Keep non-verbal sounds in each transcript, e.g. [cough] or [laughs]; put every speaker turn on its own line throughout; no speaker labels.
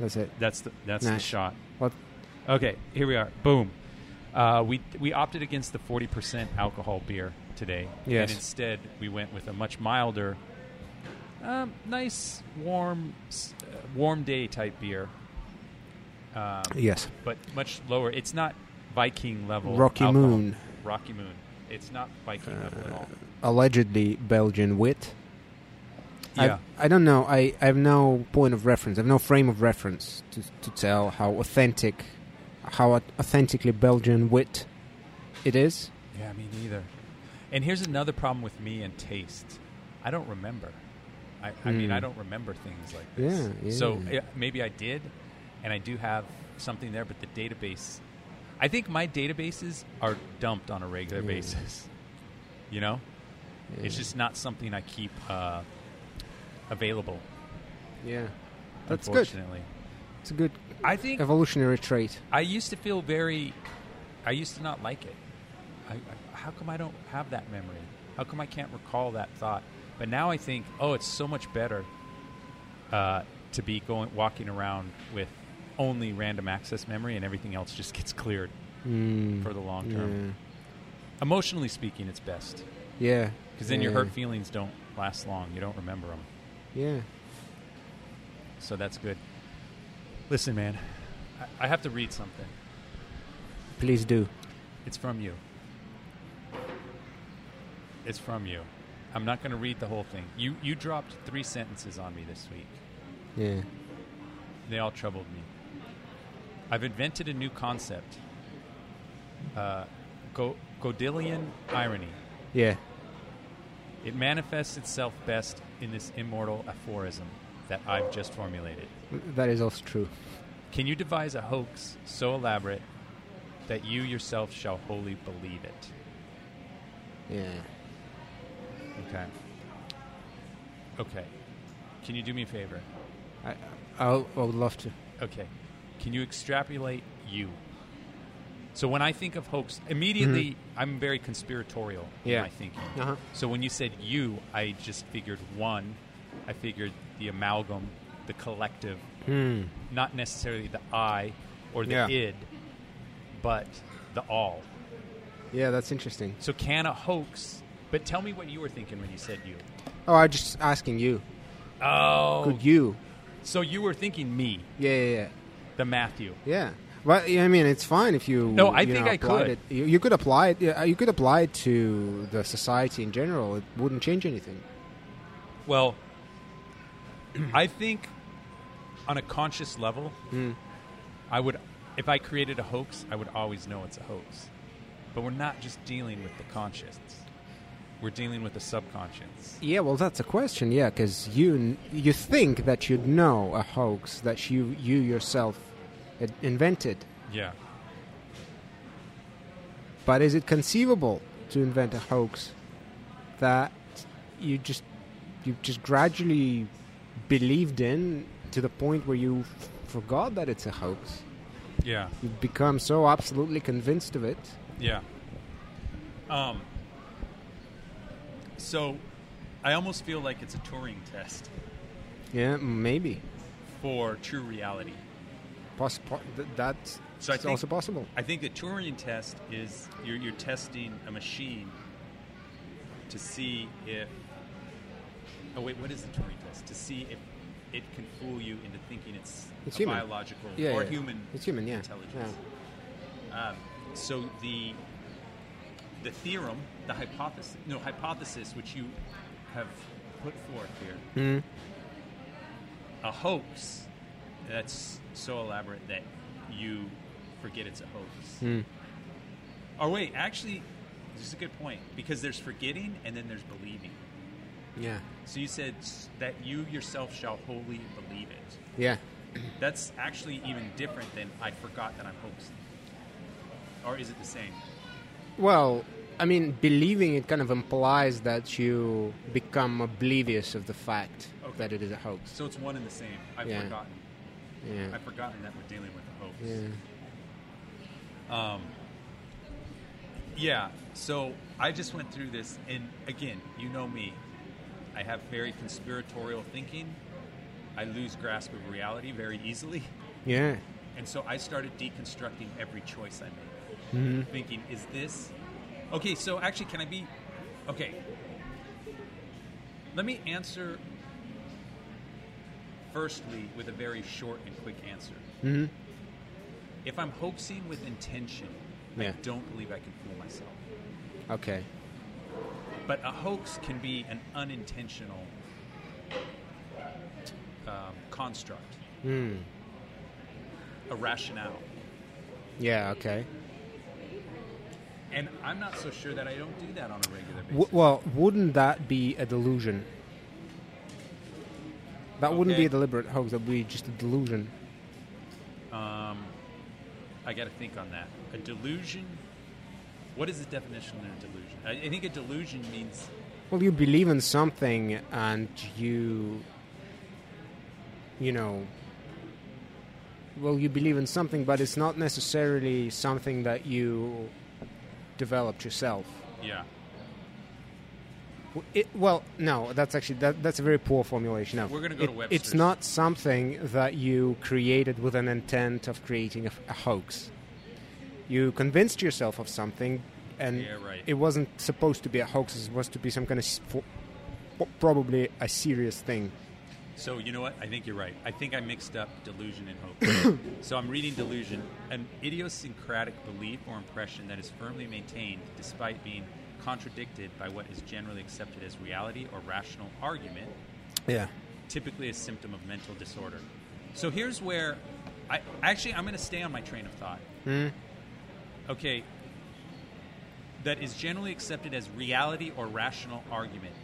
That's it.
That's the that's the
Nice.
shot.
What?
Okay, here we are. Boom. Uh, we we opted against the forty percent alcohol beer today,
Yes.
and instead we went with a much milder, um, nice warm s- uh, warm day type beer, um,
Yes.
but much lower. It's not Viking level.
Rocky
alcohol.
Moon. Uh,
Rocky Moon. It's not Viking level at all.
Allegedly Belgian wit.
Yeah.
I, I don't know. I, I have no point of reference. I have no frame of reference to, to tell how authentic, how au- authentically Belgian wit it is.
Yeah, me neither. And here's another problem with me and taste. I don't remember. I, I mean,
Hmm.
I don't remember things like this.
Yeah,
So
yeah.
uh, maybe I did, and I do have something there, but the database. I think my databases are dumped on a regular
Yeah.
basis. [laughs] You know, it's just not something I keep uh, available.
Yeah. That's good.
Unfortunately,
It's a good
I think
evolutionary trait.
I used to feel very. I used to not like it. I, I, how come I don't have that memory? How come I can't recall that thought? But now I think, oh, it's so much better uh, to be going walking around with only random access memory, and everything else just gets cleared
Mm.
for the long term. Emotionally speaking, it's best
Yeah.
because then
yeah.
your hurt feelings don't last long. You don't remember them,
Yeah.
so that's good. Listen, man, I, I have to read something.
Please do.
It's from you. It's from you. I'm not going to read the whole thing. You you dropped three sentences on me this week.
Yeah.
They all troubled me. I've invented a new concept. Uh, Go- Godillian irony.
Yeah.
It manifests itself best in this immortal aphorism that I've just formulated.
That is also true.
Can you devise a hoax so elaborate that you yourself shall wholly believe it?
Yeah.
Okay. Okay. Can you do me a favor?
I, I'll, I would love to.
Okay. Can you extrapolate you? So when I think of hoax, immediately I'm very conspiratorial in
Mm-hmm. Yeah.
my thinking.
Uh-huh.
So when you said you, I just figured one. I figured the amalgam, the collective,
Hmm.
not necessarily the I or the
Yeah.
id, but the all.
Yeah, that's interesting.
So can a hoax? But tell me what you were thinking when you said you.
Oh, I'm just asking you.
Oh,
Could you?
so you were thinking me,
Yeah, yeah, yeah.
the Matthew.
Yeah. Well, yeah, I mean, it's fine if you.
No, I
you
think
know,
I
applied
could.
It. You, you could apply it. yeah, You could apply it to the society in general. It wouldn't change anything.
Well, I think on a conscious level, I would, if I created a hoax, I would always know it's a hoax. But we're not just dealing with the conscious; we're dealing with the subconscious.
Yeah, well, that's a question. Yeah, because you kn- you think that you know a hoax that you you yourself had invented,
Yeah.
but is it conceivable to invent a hoax that you just you just gradually believed in to the point where you f- forgot that it's a hoax?
Yeah.
You've become so absolutely convinced of it.
Yeah. Um, so I almost feel like it's a Turing test
Yeah, maybe.
for true reality.
Poss- po- th- that's
So I
it's
think-
also possible.
I think the Turing test is you're, you're testing a machine to see if. Oh wait, what is the Turing test? To see if it can fool you into thinking it's,
It's
a
human.
biological
Yeah,
or
yeah.
human.
It's human, yeah.
Intelligence. Um, so the the theorem, the hypothesis, no hypothesis, which you have put forth here,
Mm. Mm-hmm.
a hoax that's so elaborate that you forget it's a hoax.
Mm.
Oh wait, actually, this is a good point because there's forgetting and then there's believing.
Yeah.
So you said s- that you yourself shall wholly believe it.
Yeah.
That's actually even different than I forgot that I'm hoaxing. Or is it the same?
Well, I mean, believing it kind of implies that you become oblivious of the fact
Okay.
that it is a hoax.
So it's one and the same. I've
Yeah.
forgotten.
Yeah.
I've forgotten that we're dealing with a hoax.
Yeah.
Um, yeah, so I just went through this, and again, you know me. I have very conspiratorial thinking,
I lose grasp of reality very
[laughs]
easily.
Yeah.
And so I started deconstructing every choice I made,
Mhm.
thinking, is this okay? So actually, can I be okay? Let me answer firstly with a very short and quick answer.
Mhm.
If I'm hoaxing with intention, I
Yeah.
don't believe I can fool myself.
Okay.
But a hoax can be an unintentional um, construct,
Hmm.
a rationale.
Yeah. Okay.
And I'm not so sure that I don't do that on a regular basis.
W- well, wouldn't that be a delusion? That wouldn't
Okay.
be a deliberate hoax. That would be just a delusion.
Um, I got to think on that. A delusion. What is the definition of a delusion? I, I think a delusion means
Well, you believe in something, and you, you know. Well, you believe in something, but it's not necessarily something that you developed yourself.
yeah,
W- It, well, no, that's actually that, that's a very poor formulation. No,
We're gonna go to
It-
Webster's.
It's not something that you created with an intent of creating a, f- a hoax. You convinced yourself of something, and
Yeah, right.
it wasn't supposed to be a hoax. It was supposed to be some kind of s- fo- po- probably a serious thing.
So you know what? I think you're right. I think I mixed up delusion and hope. so I'm reading delusion, an idiosyncratic belief or impression that is firmly maintained despite being contradicted by what is generally accepted as reality or rational argument,
Yeah.
typically a symptom of mental disorder. So here's where I actually I'm going to stay on my train of thought. Okay. That is generally accepted as reality or rational argument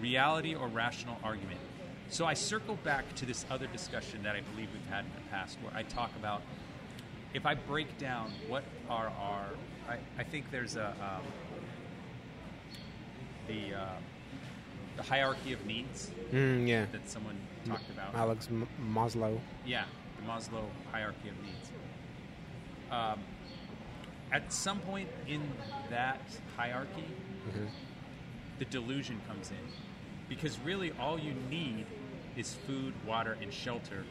reality or rational argument. So I circle back to this other discussion that I believe we've had in the past where I talk about if I break down what are our, I, I think there's a, um, the, uh, the hierarchy of needs
Mm, yeah.
that someone talked about.
Alex M- Maslow.
Yeah, the Maslow hierarchy of needs. Um, at some point in that hierarchy, the delusion comes in. Because really, all you need is food, water, and shelter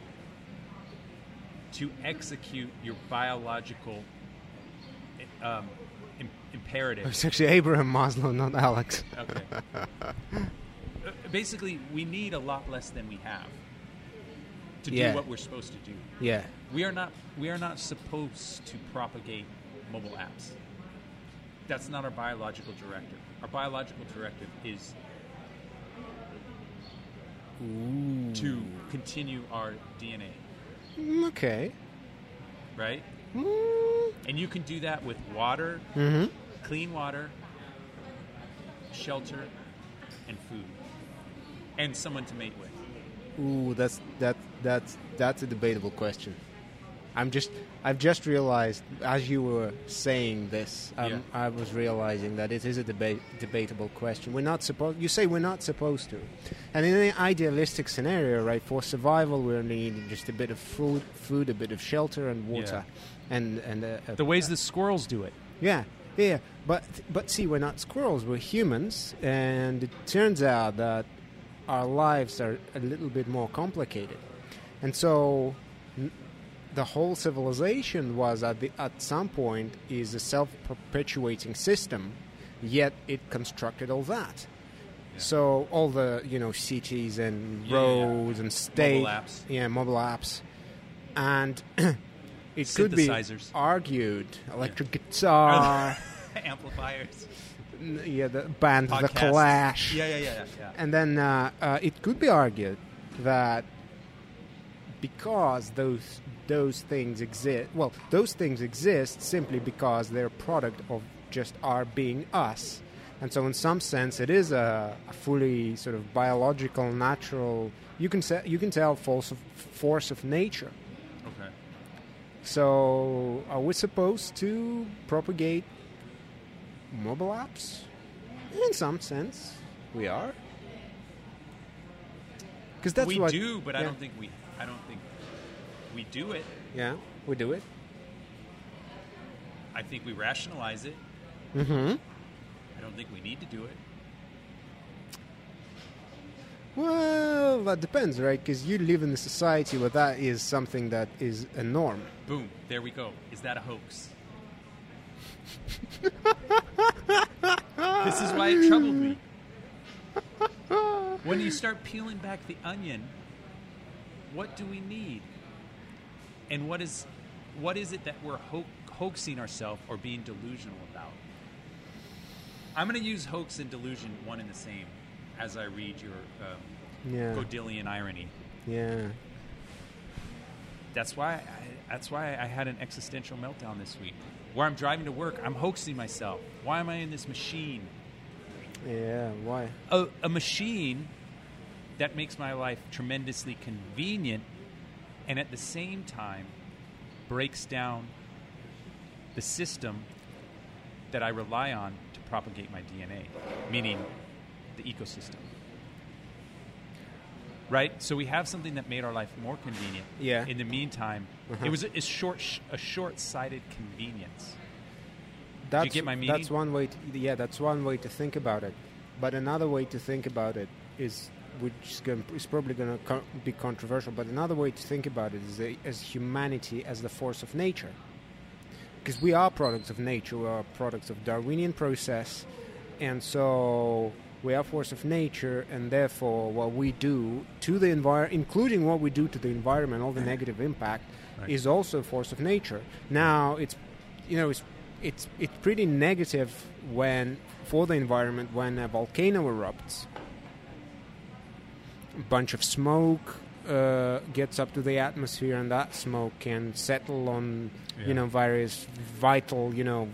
to execute your biological um, im- imperative.
It's actually Abraham Maslow, not Alex.
Okay. Uh, Basically, we need a lot less than we have to
Yeah.
do what we're supposed to do.
Yeah.
We are not we are not supposed to propagate mobile apps. That's not our biological directive. Our biological directive is to continue our DNA,
Mm, Okay.
right?
Mm,
And you can do that with water,
Mhm.
clean water, shelter, and food. And someone to mate with.
Ooh, that's that that's that's a debatable question. I'm just I've just realized as you were saying this, um,
Yeah.
I was realizing that it is a debate debatable question. We're not supposed. You say we're not supposed to, and in an idealistic scenario, right? For survival, we're needing just a bit of food, food, a bit of shelter and water, and and a, a,
The ways the squirrels do it.
yeah, yeah. But but see, we're not squirrels. We're humans, and it turns out that our lives are a little bit more complicated, and so n- the whole civilization was at the, at some point is a self perpetuating system, yet it constructed all that. So all the you know cities and
Yeah, yeah, yeah.
roads and state
apps.
yeah mobile apps, and [clears throat] it could be
Synthesizers.
argued electric
[laughs]
guitar
[laughs] Amplifiers.
n- yeah the band the
podcasts.
clash
Yeah, yeah, yeah, yeah. yeah.
and then uh, uh, it could be argued that because those those things exist well those things exist simply because they're a product of just our being us and so in some sense it is a, a fully sort of biological natural you can say, you can tell force of, force of nature
Okay.
so, are we supposed to propagate mobile apps? In some sense, we are. Because that's
we
what
do, but I
yeah.
don't think we. I don't think we do it.
Yeah, we do it.
I think we rationalize it.
Mm-hmm.
I don't think we need to do it.
Well, that depends, right? Because you live in a society where that is something that is a norm.
Boom, there we go. Is that a hoax? this is why it troubled me. When you start peeling back the onion, what do we need? And what is what is it that we're ho- hoaxing ourselves or being delusional about? I'm going to use hoax and delusion one and the same as I read your um,
Yeah.
Godillian irony.
Yeah.
That's why I, that's why I had an existential meltdown this week. Where I'm driving to work, I'm hoaxing myself. Why am I in this machine?
Yeah. Why?
A, a machine that makes my life tremendously convenient and at the same time breaks down the system that I rely on to propagate my DNA, meaning the ecosystem. Right? So we have something that made our life more convenient.
Yeah.
In the meantime,
Uh-huh.
it was a, a short a short-sighted convenience.
That's,
get my meaning?
That's one way. To, yeah, that's one way to think about it. But another way to think about it is, which is, going, is probably going to co- be controversial. But another way to think about it is a, as humanity as the force of nature, because we are products of nature. We are products of Darwinian process, and so we are force of nature, and therefore what we do to the environment, including what we do to the environment, all the negative impact,
Right.
is also a force of nature. Now it's, you know, it's it's it's pretty negative when for the environment when a volcano erupts, a bunch of smoke. Uh, gets up to the atmosphere and that smoke can settle on
Yeah.
you know various vital you know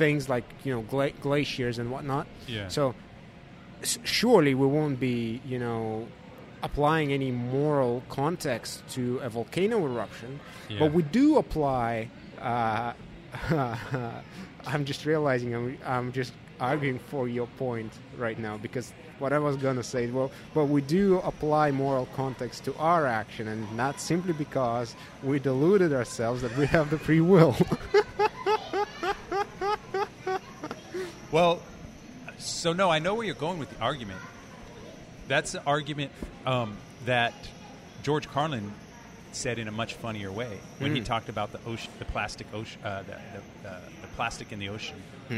things like you know gla- glaciers and whatnot
Yeah.
so s- surely we won't be, you know, applying any moral context to a volcano eruption,
Yeah.
but we do apply. Uh, [laughs] I'm just realizing I'm, I'm just arguing for your point right now because what I was gonna say, well, but we do apply moral context to our action, and not simply because we deluded ourselves that we have the free will.
Well, so no, I know where you're going with the argument. That's the argument um, that George Carlin said in a much funnier way when
Hmm.
he talked about the ocean, the plastic ocean, uh, the, the, uh, the plastic in the ocean,
Hmm.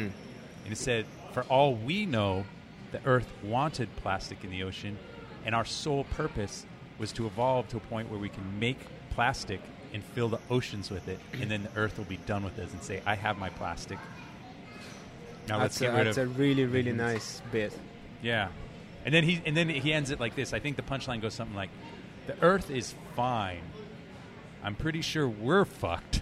and he said, "For all we know, the Earth wanted plastic in the ocean, and our sole purpose was to evolve to a point where we can make plastic." And fill the oceans with it, and then the Earth will be done with us and say, "I have my plastic." Now let's
that's
get
a,
rid
that's
of Mm-hmm.
a really, really nice bit.
yeah, and then he and then he ends it like this. I think the punchline goes something like, "The Earth is fine. I'm pretty sure we're fucked,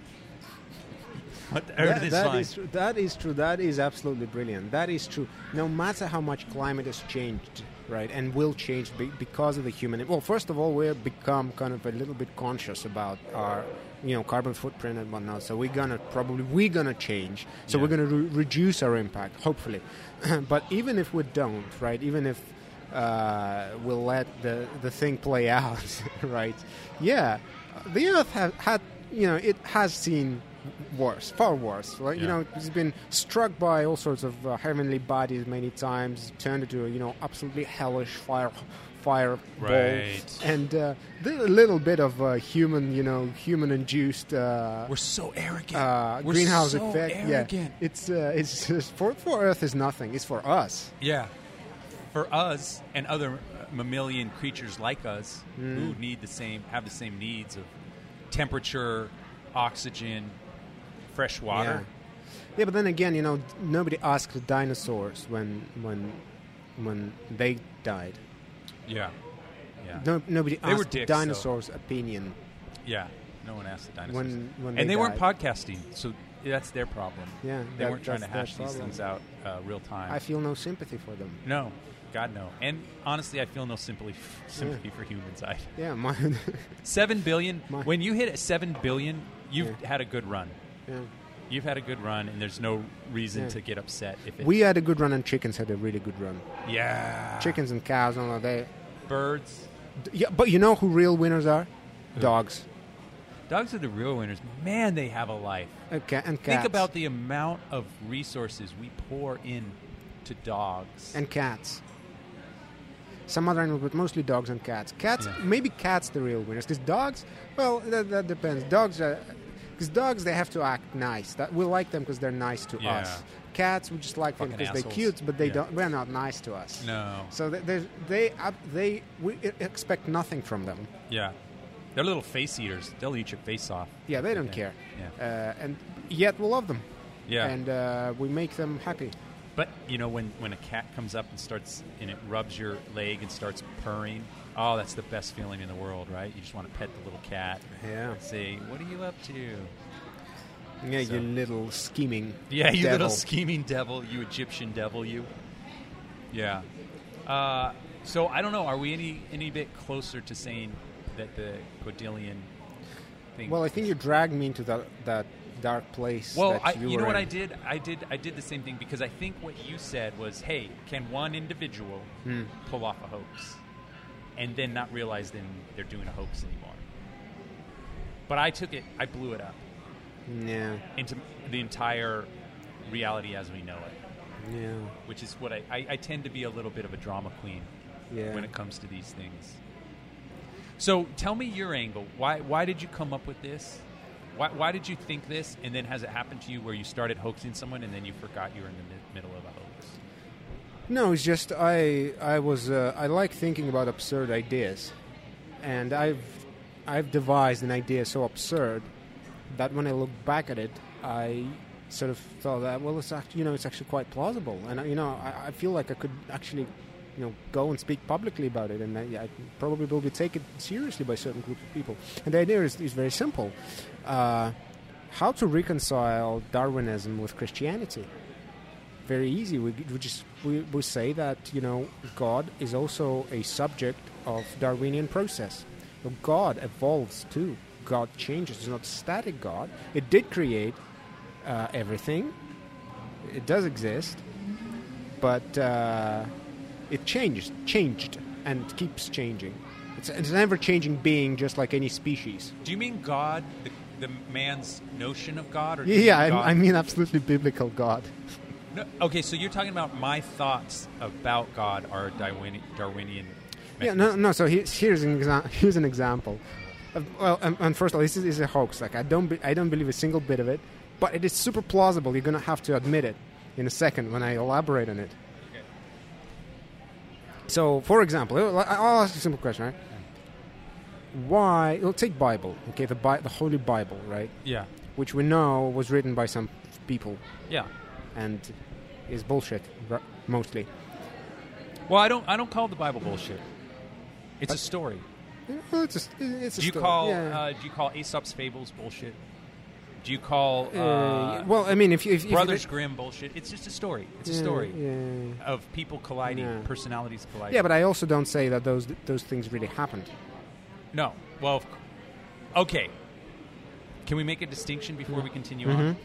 [laughs] but [laughs] the Earth
That-
is
that
fine."
is tru- that is true. That is absolutely brilliant. That is true. No matter how much climate has changed, right, and will change be- because of the human. Well, first of all, we've become kind of a little bit conscious about our, you know, carbon footprint and whatnot. So we're gonna probably we're gonna change. So
Yeah.
we're gonna re- reduce our impact, hopefully. [clears throat] but even if we don't, right, even if uh, we'll let the the thing play [laughs] out, right? Yeah, the Earth have had. You know, it has seen worse, far worse. Like you
Yeah.
know, it's been struck by all sorts of uh, heavenly bodies many times, turned into a, you know absolutely hellish fire fire
Right.
and uh, th- a little bit of uh, human you know human induced uh,
We're so arrogant.
uh,
We're
greenhouse
so
effect.
Arrogant.
Yeah, it's uh, it's it's for for Earth is nothing. It's for us.
Yeah, for us and other mammalian creatures like us who
Mm.
need the same have the same needs of temperature, oxygen, fresh water.
Yeah. yeah, but then again, you know, d- nobody asked the dinosaurs when when when they died.
Yeah, yeah,
No, nobody
They were
asked
dicks, though.
dinosaurs' opinion.
yeah. No one asked the dinosaurs,
When- when
and
they
they weren't
died.
podcasting, so that's their problem.
Yeah,
they
that-
weren't trying to
that's their
hash these
problem.
things out uh, real time.
I feel no sympathy for them.
No, God no. And honestly, I feel no sympathy sympathy for humans. I
Yeah, my, [laughs]
seven billion.
My-
When you hit seven billion, you've
Yeah.
had a good run.
yeah.
You've had a good run, and there's no reason
Yeah.
to get upset if it.
We had a good run, and chickens had a really good run.
yeah,
Chickens and cows, and all that.
birds,
D- Yeah, but you know who real winners are? Dogs.
dogs are the real winners. Man, they have a life.
Okay, Uh, and cats.
Think about the amount of resources we pour in to dogs.
and cats. some other animals, but mostly dogs and cats. Cats,
Yeah.
maybe cats, the real winners. Because dogs, well, that, that depends. Dogs, because dogs, they have to act nice. That we like them because they're nice to
Yeah.
us. Cats, we just like them
Fucking
because they're
assholes.
cute, but they
Yeah.
don't. They're not nice to us.
No.
So they they they, up- they we e, expect nothing from them.
Yeah. They're little face eaters. They'll eat your face off.
Yeah, they don't
Yeah.
care.
Yeah.
Uh, and yet we love them.
Yeah.
And uh, we make them happy.
But you know, when when a cat comes up and starts and it rubs your leg and starts purring, oh, that's the best feeling in the world, right? You just want to pet the little cat.
Yeah.
And say, what are you up to?
Yeah,
So-
you little scheming.
Yeah, you
devil.
little scheming devil, you Egyptian devil, you. Yeah. Uh, so I don't know. Are we any any bit closer to saying that the Godillion thing?
Well, I think you dragged me into that that dark place.
Well,
that
I,
you,
you
were
know what
in.
I did? I did. I did the same thing because I think what you said was, "Hey, can one individual
Hmm.
pull off a hoax, and then not realize then they're doing a hoax anymore?" But I took it. I blew it up
Yeah,
into the entire reality as we know it,
yeah,
which is what I. I, I tend to be a little bit of a drama queen
yeah.
when it comes to these things. So tell me your angle. Why why did you come up with this? Why, why did you think this? And then has it happened to you where you started hoaxing someone and then you forgot you were in the mid- middle of a hoax?
No, it's just I I was uh, I like thinking about absurd ideas, and I've I've devised an idea so absurd that when I look back at it, I sort of thought that well, it's actually you know it's actually quite plausible, and uh, you know I, I feel like I could actually you know go and speak publicly about it, and I, I probably will be taken seriously by certain group of people. And the idea is, is very simple: uh, how to reconcile Darwinism with Christianity very easy. We, we just we, we say that you know God is also a subject of Darwinian process. But God evolves too. God changes. It's not static. God. It did create uh, everything. It does exist, but uh, it changes, changed, and keeps changing. It's, it's an ever-changing being, just like any species.
Do you mean God, the, the man's notion of God? Or do you
Yeah,
mean God-
I, I mean absolutely biblical God.
No, okay, so you're talking about my thoughts about God are Darwini- Darwinian.
Yeah,
mechanism.
no, no. So here's, here's an exa- [laughs] here's an example. Of, well, um, and first of all, this is, is a hoax. Like I don't be, I don't believe a single bit of it, but it is super plausible. You're gonna have to admit it in a second when I elaborate on it. So, for example, I'll I'll ask you a simple question, right? Why? We'll take Bible, okay? The Bi- the Holy Bible, right?
Yeah,
Which we know was written by some people
yeah.
and is bullshit r- mostly.
Well, I don't. I don't call the Bible bullshit. It's a story.
Well, it's a, s- it's a
Do you
story,
call
yeah.
uh, do you call Aesop's fables bullshit? Do you call uh,
Uh, well, I mean, if you if, if
Brothers
if,
Grimm bullshit? It's just a story. It's
Yeah,
a story
Yeah,
of people colliding,
Yeah.
personalities colliding.
yeah, but I also don't say that those those things really happened.
no. Well, of c- okay. Can we make a distinction before we continue on?
Mm-hmm.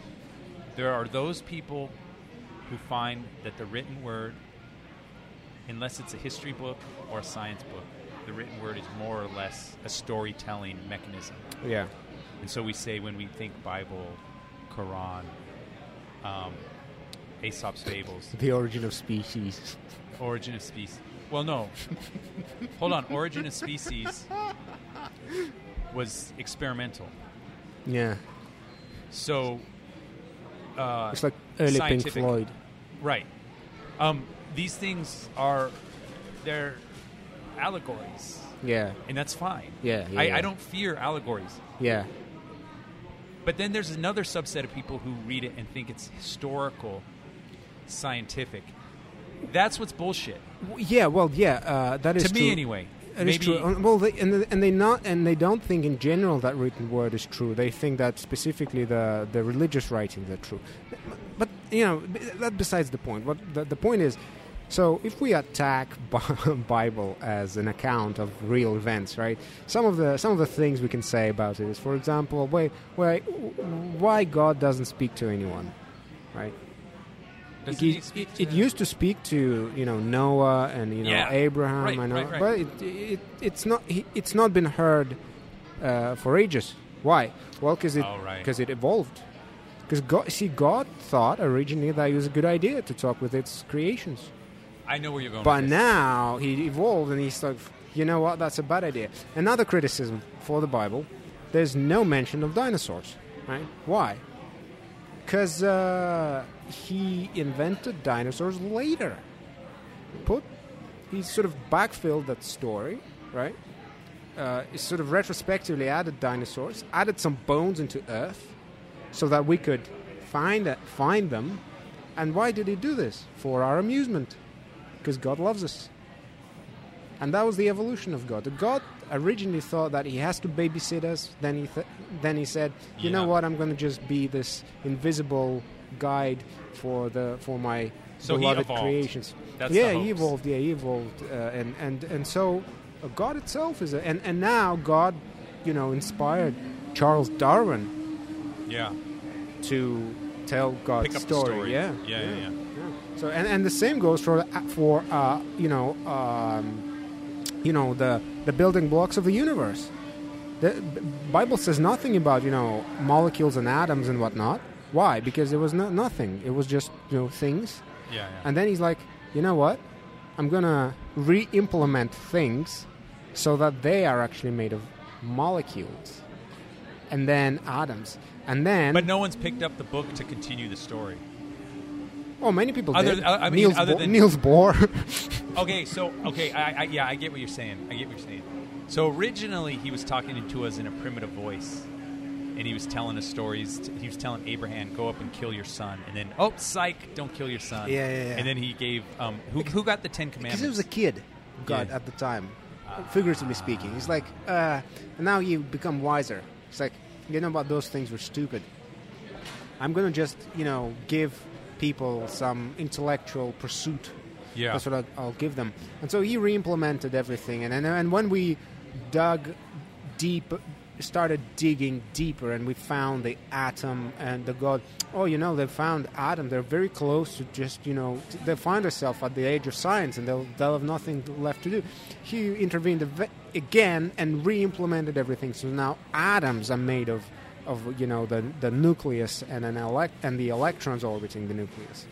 There are those people who find that the written word, unless it's a history book or a science book, the written word is more or less a storytelling mechanism.
Yeah,
And so we say when we think Bible, Quran, um, Aesop's Fables,
the origin of species.
Origin of Species. Well, no. Hold on. Origin of Species was experimental.
Yeah,
So, uh,
it's like early
Scientific.
Pink Floyd.
right. Um, these things are, they're allegories,
Yeah,
and that's fine.
Yeah, yeah,
I,
yeah.
I don't fear allegories.
yeah,
But then there's another subset of people who read it and think it's historical, scientific. That's what's bullshit
W- yeah. Well, yeah, uh, that is
to me,
true.
anyway.
That is true. Um, Well, they, and, and they not and they don't think in general that written word is true. They think that specifically the the religious writings are true. But you know b- that besides the point. What the, the point is. So if we attack [laughs] Bi- Bible as an account of real events, right? Some of the some of the things we can say about it is, for example, why why why God doesn't speak to anyone, right?
Doesn't he
It,
speak
it-
to
it
them?
used to speak to you know Noah and you know
Yeah.
Abraham
Right,
and all-
right, right.
but it, it, it's not he- it's not been heard uh, for ages. Why? Well, because it
Oh, right.
because it evolved. Because God, see, God thought originally that it was a good idea to talk with its creations.
I know where you're going.
But
with this.
now he evolved and he's like, you know what, that's a bad idea. Another criticism for the Bible there's no mention of dinosaurs, right? Why? Because uh, he invented dinosaurs later. Put, he sort of backfilled that story, right? Uh, he sort of retrospectively added dinosaurs, added some bones into Earth, so that we could find it, find them. And why did he do this? For our amusement, because God loves us. And that was the evolution of God. God originally thought that he has to babysit us. Then he th- then he said, "You know
Yeah.
what? I'm going to just be this invisible guide for the for my
So he
beloved
evolved.
creations."
That's
yeah,
the
he
hoax.
evolved. Yeah, he evolved. Uh, and and and so uh, God itself is. A, and and now God, you know, inspired Charles Darwin
yeah,
to tell God's
Pick up the
story.
story.
Yeah.
Yeah, yeah, yeah.
So and, and the same goes for for uh, you know um, you know the the building blocks of the universe. The B- Bible says nothing about you know molecules and atoms and whatnot. Why? Because there was no, nothing. It was just you know things.
yeah, yeah.
And then he's like, you know what? I'm gonna re-implement things so that they are actually made of molecules and then atoms and then
but no one's picked up the book to continue the story.
Oh, many people
Other-
did.
uh, I mean,
Niels,
other
Bo-
than-
Niels [laughs] Bohr.
Okay, so okay, I, I, yeah, I get what you're saying. I get what you're saying. So originally, he was talking to us in a primitive voice, and he was telling us stories. t- He was telling Abraham, "Go up and kill your son," and then, "Oh, psych! Don't kill your son."
Yeah, yeah, yeah.
And then he gave um, who, who got the Ten
Because he was
Commandments?
a kid, God,
Yeah.
at the time, figuratively speaking. He's like, uh, now you become wiser. It's like, you know what? Those things were stupid. I'm going to just, you know, give people some intellectual pursuit.
yeah,
That's what I'll, I'll give them. And so he re-implemented everything. And, and, and when we dug deep, started digging deeper, and we found the atom and the God. Oh, you know, they found atom. They're very close to just, you know, t- they find themselves at the age of science, and they'll, they'll have nothing left to do. He intervened ave- again and re-implemented everything. So now atoms are made of. Of you know the the nucleus and an elect and the electrons orbiting the nucleus,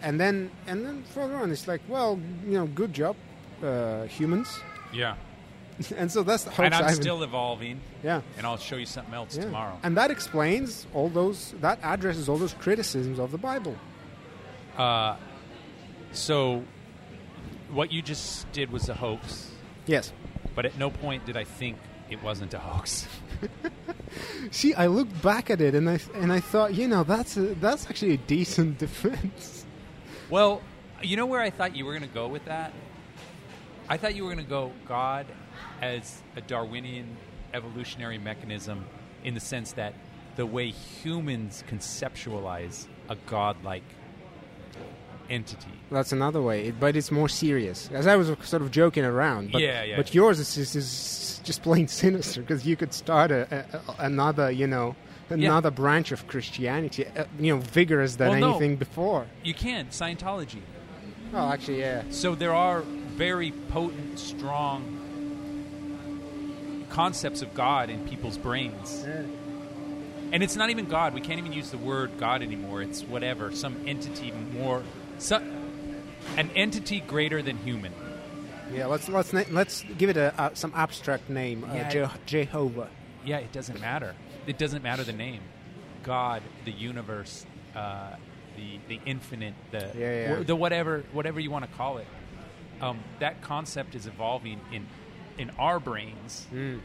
and then and then further on it's like well you know good job uh, humans [laughs]
yeah.
and so that's how
And I'm
Simon-
still evolving,
yeah
and I'll show you something else
yeah.
tomorrow.
and that explains all those that addresses all those criticisms of the bible
Uh, so, what you just did was a hoax,
yes
but at no point did I think it wasn't a hoax. [laughs]
see i looked back at it and i and i thought you know that's a, that's actually a decent [laughs] defense
Well, you know where I thought you were going to go with that? I thought you were going to go God as a Darwinian evolutionary mechanism in the sense that the way humans conceptualize a godlike entity.
that's another way it, but it's more serious as i was sort of joking around but,
Yeah, yeah.
but yours is, is, is just plain [laughs] sinister because you could start a, a, another you know another branch of christianity uh, you know vigorous than
Well, no.
anything before
You can, Scientology.
Oh, actually, yeah.
So there are very potent, strong concepts of God in people's brains. and it's not even God. We can't even use the word God anymore. It's whatever, some entity more, some, an entity greater than human.
Yeah, let's let's na- let's give it a, uh, some abstract name. Uh,
Yeah.
Je- Jehovah.
Yeah, it doesn't matter. It doesn't matter the name. God, the universe, uh, the the infinite, the
Yeah, yeah.
wh- the whatever whatever you want to call it. Um, that concept is evolving in in our brains,
Mm.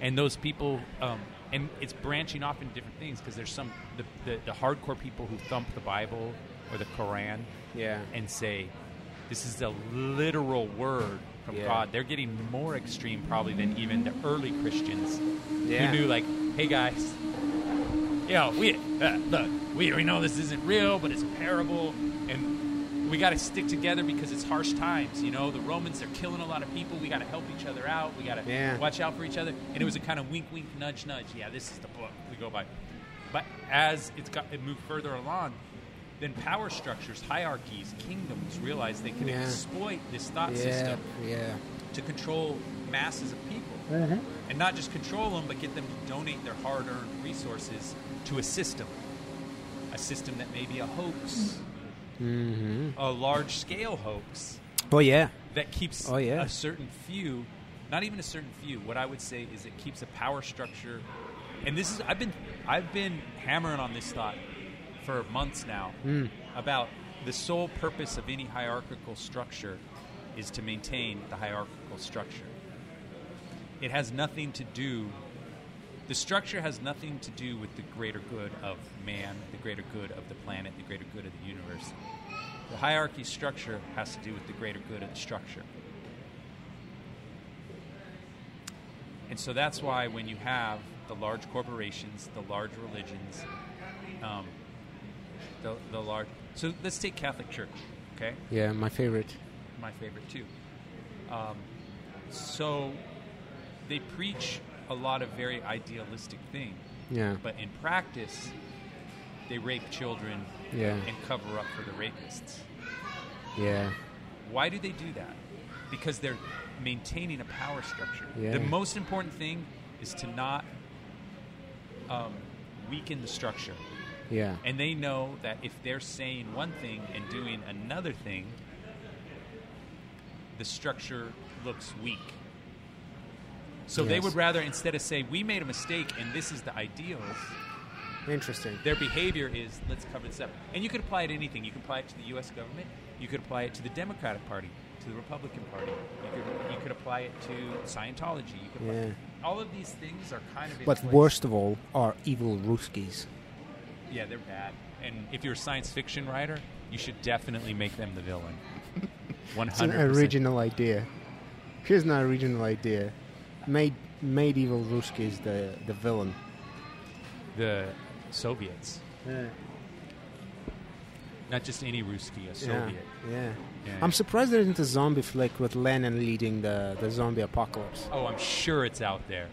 and those people. Um, and it's branching off into different things because there's some the, the, the hardcore people who thump the Bible or the Koran
Yeah.
and say this is a literal word from
Yeah.
God. They're getting more extreme probably than even the early Christians
Yeah.
who knew like, hey guys, yo, we uh, look, we, we know this isn't real, but it's a parable, and we got to stick together because it's harsh times. You know, the Romans they're killing a lot of people. We got to help each other out. We got to
Yeah.
watch out for each other. And it was a kind of wink, wink, nudge, nudge. Yeah, this is the book we go by. But as it's got it moved further along. Then power structures, hierarchies, kingdoms realize they can
Yeah.
exploit this thought
Yeah.
system
Yeah.
to control masses of people and not just control them, but get them to donate their hard-earned resources to a system, a system that may be a hoax, a large scale hoax
Oh yeah,
that keeps
Oh, yeah.
a certain few, not even a certain few. What I would say is it keeps a power structure, and this is I've been I've been hammering on this thought for months now
Hmm.
about the sole purpose of any hierarchical structure is to maintain the hierarchical structure. It has nothing to do. The structure has nothing to do with the greater good of man, the greater good of the planet, the greater good of the universe. The hierarchy structure has to do with the greater good of the structure. And so that's why when you have the large corporations, the large religions, um, the, the large. So let's take Catholic Church, okay?
yeah, my favorite.
my favorite too. Um, so they preach a lot of very idealistic things,
Yeah,
but in practice, they rape children
yeah,
and cover up for the rapists.
yeah,
Why do they do that? Because they're maintaining a power structure.
Yeah.
The most important thing is to not um, weaken the structure.
yeah,
And they know that if they're saying one thing and doing another thing, the structure looks weak. So they
Yes.
would rather, instead of say, we made a mistake and this is the ideals,
interesting.
their behavior is let's cover this up. And you could apply it to anything. You could apply it to the U.S. government. You could apply it to the Democratic Party, to the Republican Party. You could, you could apply it to Scientology. You could apply,
Yeah.
All of these things are kind of. in
But
place.
worst of all are evil Ruskies.
Yeah, they're bad. And if you're a science fiction writer, you should definitely make them the villain. One
[laughs] It's an
hundred
original idea. Here's an original idea. Made made evil Ruskies the the villain.
The Soviets,
Yeah.
not just any Ruski, a
Yeah.
Soviet.
yeah.
Yeah.
I'm surprised there isn't a zombie flick with Lennon leading the, the zombie apocalypse.
Oh, I'm sure it's out there.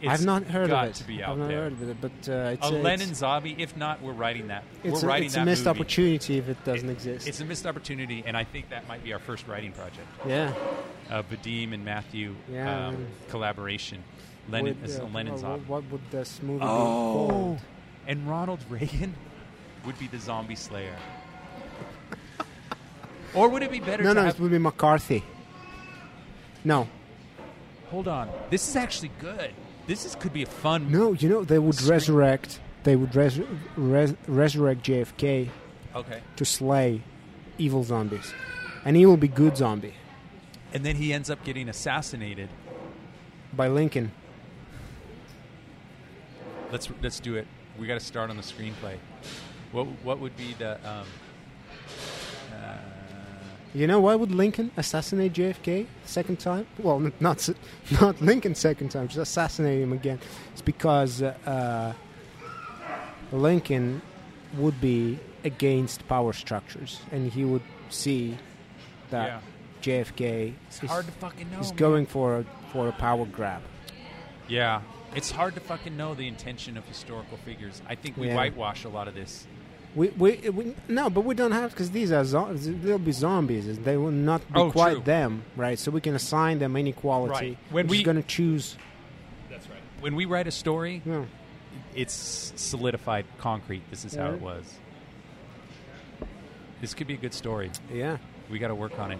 It's
I've not heard
got
of it.
To be
I've
out
not
there.
heard of it, but uh, it's
a
it's-
Lenin zombie. If not, we're writing that.
It's, a,
we're writing
it's
that
a missed
movie.
opportunity if it doesn't exist.
It's a missed opportunity, and I think that might be our first writing project.
yeah,
Uh, Vadim and Matthew
Yeah,
um,
man.
collaboration. Lenin
Would,
is
uh,
a Lenin
what,
zombie.
What would this movie be
Oh,
called?
and Ronald Reagan would be the zombie slayer. or would it be better
No,
to
no, it
have?
would be McCarthy. No,
Hold on, this is actually good. This is, could be a fun.
no, you know they would
Scream.
resurrect. They would res- res- resurrect JFK
Okay,
to slay evil zombies, and he will be good zombie
and then he ends up getting assassinated.
by Lincoln.
Let's let's do it. We got to start on the screenplay. What what would be the? Um, uh,
You know why would Lincoln assassinate JFK second time? Well, n- not s- [laughs] not Lincoln second time, just assassinate him again. It's because uh, Lincoln would be against power structures, and he would see that JFK
it's
is,
hard to fucking know.
is
man.
going for a, for a power grab.
Yeah. It's hard to fucking know the intention of historical figures. I think we
Yeah.
whitewash a lot of this.
We, we, we no, but we don't have because these are zo- they'll be zombies. and They will not be
Oh,
quite
true.
them, right? So we can assign them inequality.
Right. When
we're
we-
going to choose.
That's right. When we write a story,
You know,
it's solidified concrete. This is how
Yeah.
it was. This could be a good story.
yeah.
We got to work on it.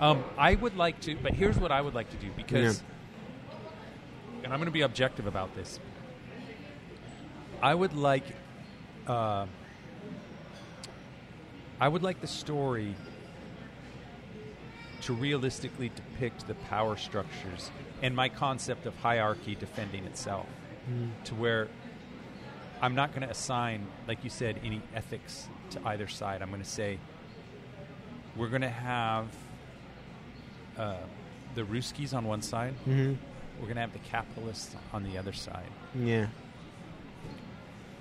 Um, I would like to, but here's what I would like to do because, and I'm going to be objective about this. I would like, uh, I would like the story to realistically depict the power structures and my concept of hierarchy defending itself to where I'm not going to assign, like you said, any ethics to either side. I'm going to say we're going to have uh, the Ruskies on one side,
hmm
we're going to have the capitalists on the other side.
Yeah.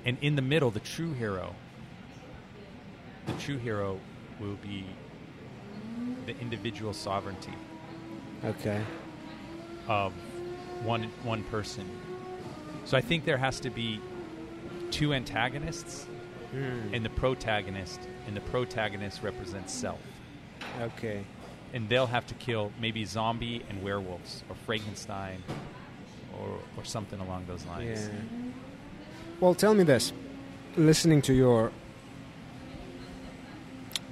And in the middle, the true hero, the true hero will be the individual sovereignty
Okay.
of one, one person. So I think there has to be two antagonists and the protagonist, and the protagonist represents self.
Okay.
And they'll have to kill maybe zombie and werewolves or Frankenstein or, or something along those lines.
Yeah. Well, tell me this. Listening to your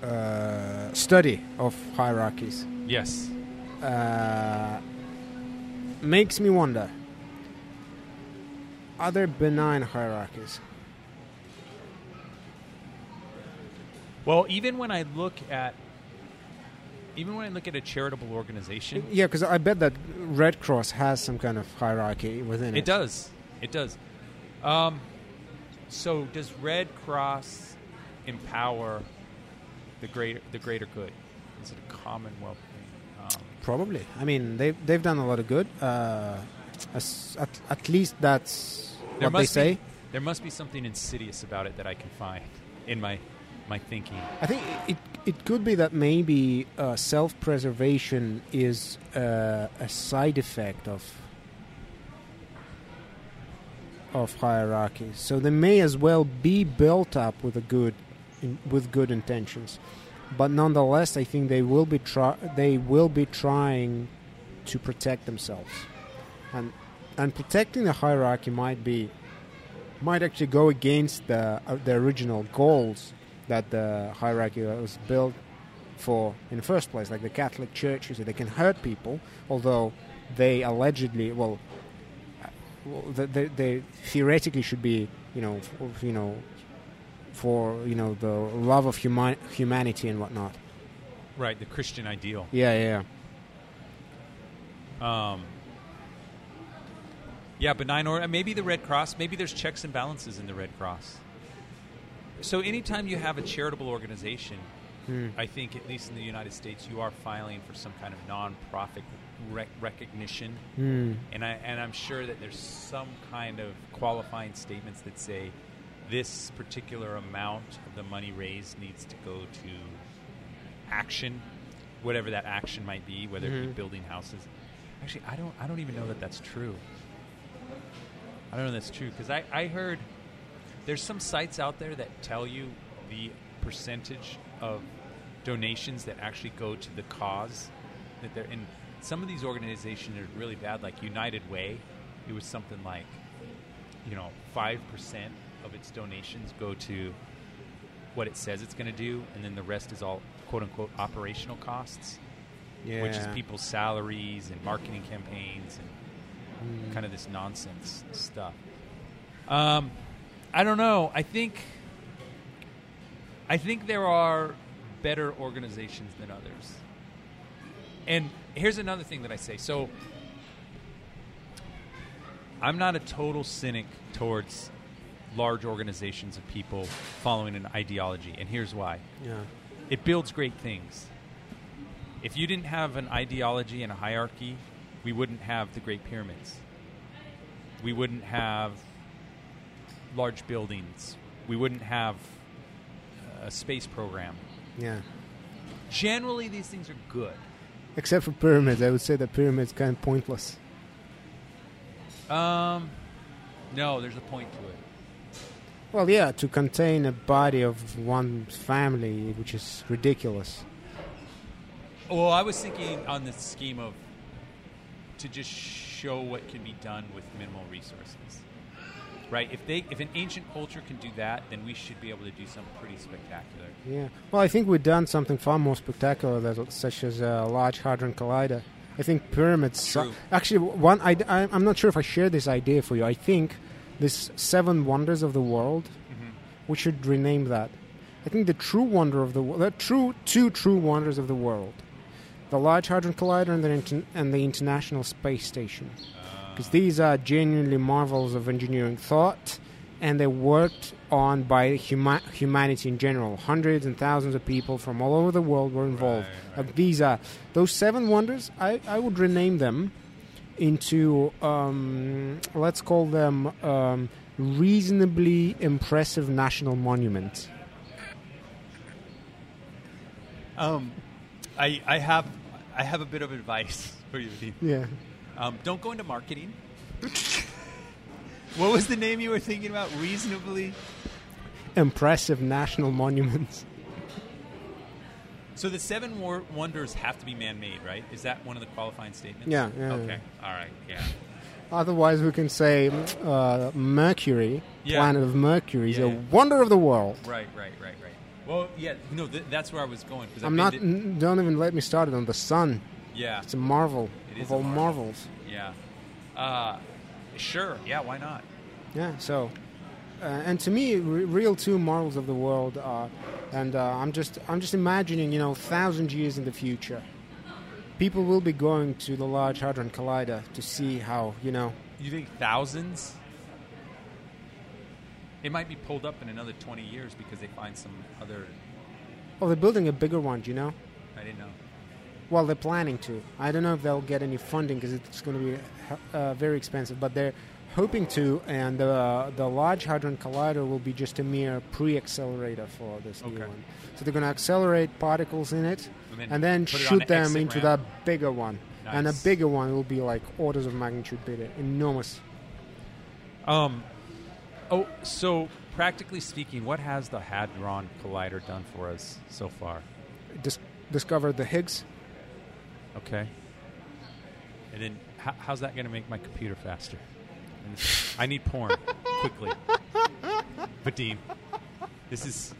uh, study of hierarchies
Yes.
uh, makes me wonder are there benign hierarchies?
Well, even when I look at even when I look at a charitable organization,
Yeah, because I bet that Red Cross has some kind of hierarchy within it.
It does. It does. Um, so does Red Cross empower the greater the greater good? Is it a Commonwealth thing? Um,
Probably. I mean, they've they've done a lot of good. Uh, as- at, at least that's
there
what they
must
say.
Be, there must be something insidious about it that I can find in my my thinking.
I think it it could be that maybe uh, self preservation is uh, a side effect of of hierarchy. So they may as well be built up with a good in, with good intentions, but nonetheless, I think they will be try, they will be trying to protect themselves, and and protecting the hierarchy might be might actually go against the uh, the original goals that the hierarchy was built for in the first place. Like the Catholic Church, you see, they can hurt people, although they allegedly, well, uh, well, they, they, they theoretically should be, you know, f- you know, for you know the love of huma- humanity and whatnot.
Right, the Christian ideal.
Yeah, yeah, yeah.
Um, yeah, benign or maybe the Red Cross. Maybe there's checks and balances in the Red Cross. So anytime you have a charitable organization, I think at least in the United States, you are filing for some kind of nonprofit rec- recognition,
Mm.
and I and I'm sure that there's some kind of qualifying statements that say this particular amount of the money raised needs to go to action, whatever that action might be, whether it be
Mhm.
building houses. Actually, I don't I don't even know that that's true. I don't know if that's true because I, I heard there's some sites out there that tell you the percentage of donations that actually go to the cause that they're in. Some of these organizations are really bad, like United Way. It was something like, you know, five percent of its donations go to what it says it's going to do, and then the rest is all quote unquote operational costs
yeah.
which is people's salaries and marketing campaigns and kind of this nonsense stuff. Um, I don't know. I think I think there are better organizations than others. And here's another thing that I say. So I'm not a total cynic towards large organizations of people following an ideology, and here's why
Yeah.
it builds great things. If you didn't have an ideology and a hierarchy, we wouldn't have the Great Pyramids. We wouldn't have large buildings. We wouldn't have uh, a space program.
Yeah.
Generally, these things are good.
Except for pyramids, I would say the pyramids kind of pointless.
Um, no, there's a point to it.
Well, yeah, to contain a body of one family, which is ridiculous.
Well, I was thinking on the scheme of to just show what can be done with minimal resources. Right? If they if an ancient culture can do that, then we should be able to do something pretty spectacular.
Yeah. Well, I think we've done something far more spectacular, that, such as a large hadron collider. I think pyramids.
True.
actually, one. I, I, am not sure if I share this idea for you. I think this seven wonders of the world. We should rename that. I think the true wonder of the world. The true two true wonders of the world. The Large Hadron Collider and the, inter- and the International Space Station. Because these are genuinely marvels of engineering thought, and they're worked on by huma- humanity in general. Hundreds and thousands of people from all over the world were involved.
Right,
Like, these are those seven wonders. I, I would rename them into um, let's call them um, reasonably impressive national monuments.
Um, I, I have I have a bit of
[laughs]
advice for you. Dean.
Yeah.
Um, don't go into marketing. what was the name you were thinking about? Reasonably.
Impressive national monuments.
So the seven war- wonders have to be man-made, right? Is that one of the qualifying statements?
Yeah, yeah,
okay. All right. Yeah.
[laughs] Otherwise, we can say uh, Mercury,
Yeah.
planet of Mercury, is
Yeah,
a
yeah.
wonder of the world.
Right, right, right, right.
Well, yeah, no, th- that's where I was going. 'cause I
I'm not.
think that-
n- don't even let me start it on the sun.
yeah,
It's a marvel
It is
of
a
all
marvel.
marvels.
yeah. Uh, sure. Yeah. Why not?
Yeah. So, uh, and to me, re- real two marvels of the world are, and uh, I'm just I'm just imagining, you know, thousand years in the future, people will be going to the Large Hadron Collider to see how you know.
You think thousands? It might be pulled up in another 20 years because they find some other.
Oh, they're building a bigger one. do You know.
I didn't know.
Well, they're planning to. I don't know if they'll get any funding because it's going to be uh, very expensive, but they're hoping to. And uh, the Large Hadron Collider will be just a mere pre accelerator for this new
Okay.
one. So they're going to accelerate particles in it
And
and
then
then,
put it on
shoot
the
them
exit
into
ramp.
that bigger one. And a
Nice.
bigger one will be like orders of magnitude bigger, enormous.
Um, oh, so practically speaking, what has the Hadron Collider done for us so far?
Dis- discovered the Higgs.
Okay. And then, how, how's that going to make my computer faster? And this- I need porn [laughs] quickly. Vadim, this is.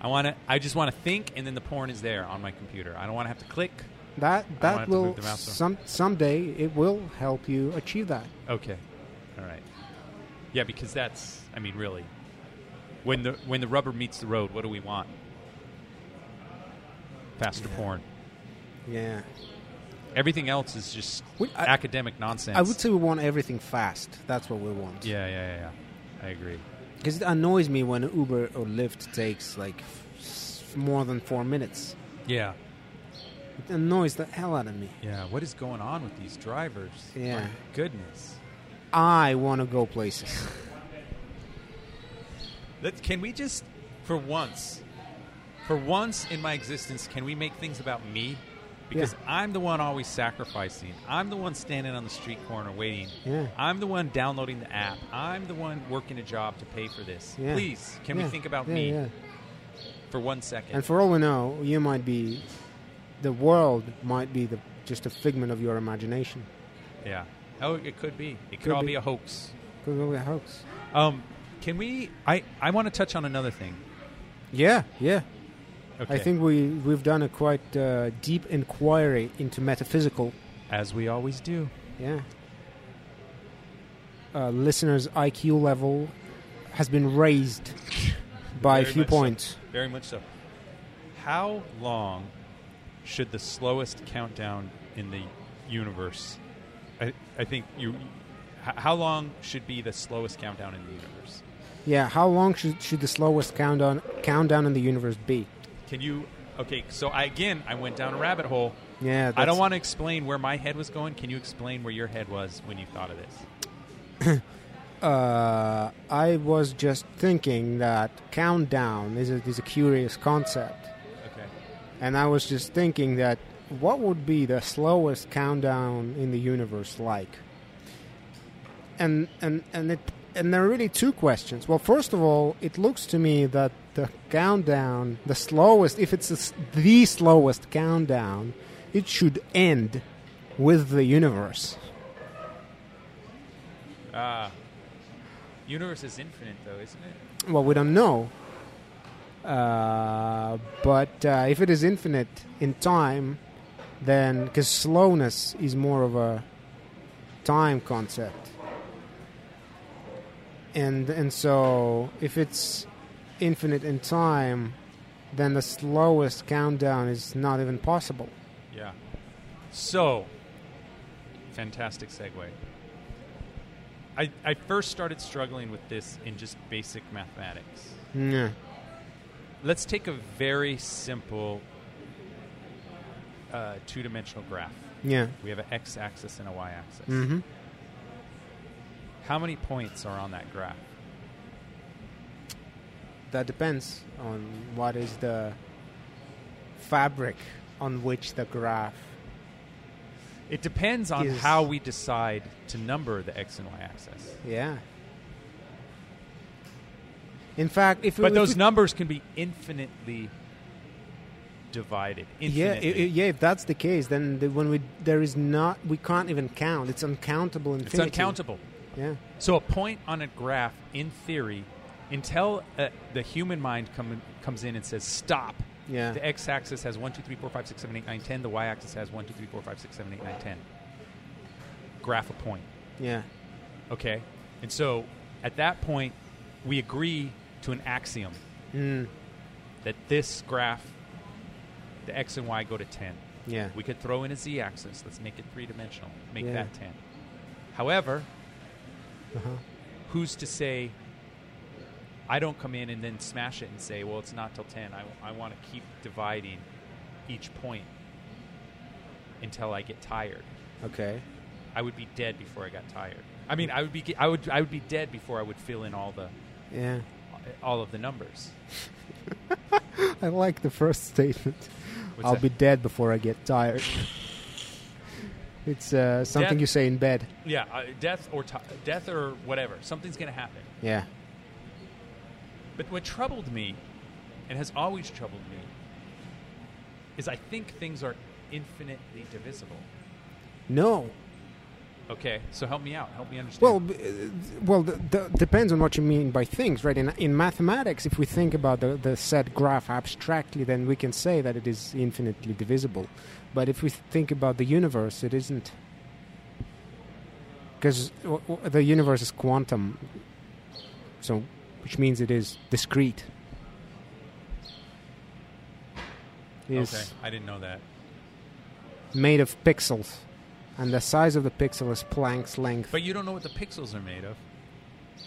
I want to. I just want to think, and then the porn is there on my computer. I don't want to have to click.
That
wanna have
that
to move
will
the mouse, though.
some someday it will help you achieve that.
Okay. All right. Yeah, because that's. I mean, really. When the when the rubber meets the road, what do we want? Faster porn.
Yeah.
Everything else is just
We- I-
academic nonsense.
I would say we want everything fast. That's what we want.
Yeah, yeah, yeah, yeah. I agree.
Because it annoys me when Uber or Lyft takes like s- more than four minutes.
Yeah,
It annoys the hell out of me.
yeah. What is going on with these drivers?
Yeah.
My goodness.
I want to go
[laughs]
places.
Let, can we just, for once, for once in my existence, can we make things about me? Because I'm the one always sacrificing. I'm the one standing on the street corner waiting.
Yeah.
I'm the one downloading the app. I'm the one working a job to pay for this.
Yeah.
Please, can
Yeah,
we think about
yeah,
me
yeah.
for one second?
And for all we know, you might be, the world might be the just a figment of your imagination.
yeah. Oh, it could be. It could,
Could
all
be.
be a hoax.
Could be a hoax.
Um, can we? I, I want to touch on another thing.
Yeah, yeah.
Okay.
I think we we've done a quite uh, deep inquiry into metaphysical.
as we always do.
Yeah. Uh, listeners' IQ level has been
[laughs]
raised by a
Very
few
much so.
points.
Very much so. How long should the slowest countdown in the universe? I, I think you. h- How long should be the slowest countdown in the universe?
Yeah, how long should, should the slowest countdown countdown in the universe be?
Can you? Okay, so I again I went down a rabbit hole.
Yeah,
I don't
that's-
want to explain where my head was going. Can you explain where your head was when you thought of this?
Uh, I was just thinking that countdown is a, is a curious concept,
Okay.
and I was just thinking that what would be the slowest countdown in the universe like? And and and it and there are really two questions. Well, first of all, it looks to me that the countdown, the slowest, if it's the s- the slowest countdown, it should end with the universe.
Ah. universe is infinite, though, isn't it?
Well, we don't know. Uh, but uh, if it is infinite in time, then because slowness is more of a time concept, and and so if it's infinite in time, then the slowest countdown is not even possible.
Yeah. So, fantastic segue. I, I first started struggling with this in just basic mathematics.
Yeah.
Let's take a very simple uh, two dimensional graph.
Yeah.
We have an x axis and a y axis.
hmm
How many points are on that graph?
That depends on what is the fabric on which the graph
It depends on
Is-
how we decide to number the x and y axis.
Yeah. In fact, if we-
But
if
those
we-
numbers can be infinitely divided.
yeah, i-
Infinitely.
i- yeah, if that's the case, then the, when we there is not, we can't even count. It's uncountable
it's
infinity.
uncountable.
Yeah,
So a point on a graph, in theory, until uh, the human mind come, comes in and says stop.
Yeah.
The x-axis has 1, 2, 3, 4, 5, 6, 7, 8, 9, 10. The y-axis has 1, 2, 3, 4, 5, 6, 7, 8, 9, 10. Graph a point.
Yeah.
Okay? And so at that point, we agree to an axiom
Mm.
that this graph, the x and y go to 10.
Yeah.
We could throw in a z axis. Let's make it three dimensional. Make
Yeah.
that 10. However,
Uh-huh.
who's to say I don't come in and then smash it and say, well, it's not till 10. I, I want to keep dividing each point until I get tired.
Okay.
I would be dead before I got tired. I mean, I would be I would I would be dead before I would fill in all the
Yeah.
all of the numbers.
I like the first statement.
What's
I'll
that?
be dead before I get tired. [laughs] it's uh, something
Death-
you say in bed.
yeah, uh, death or ti death or whatever. Something's going to happen.
Yeah.
But what troubled me, and has always troubled me, is I think things are infinitely divisible.
No.
Okay, so help me out. Help me understand.
Well, b- uh, well, th- th- depends on what you mean by things, right? In in mathematics, if we think about the, the set graph abstractly, then we can say that it is infinitely divisible. But if we think about the universe, it isn't, because w- w- the universe is quantum, so which means it is discrete. It is
okay, I didn't know that.
made of pixels, and the size of the pixel is Planck's length.
But you don't know what the pixels are made of.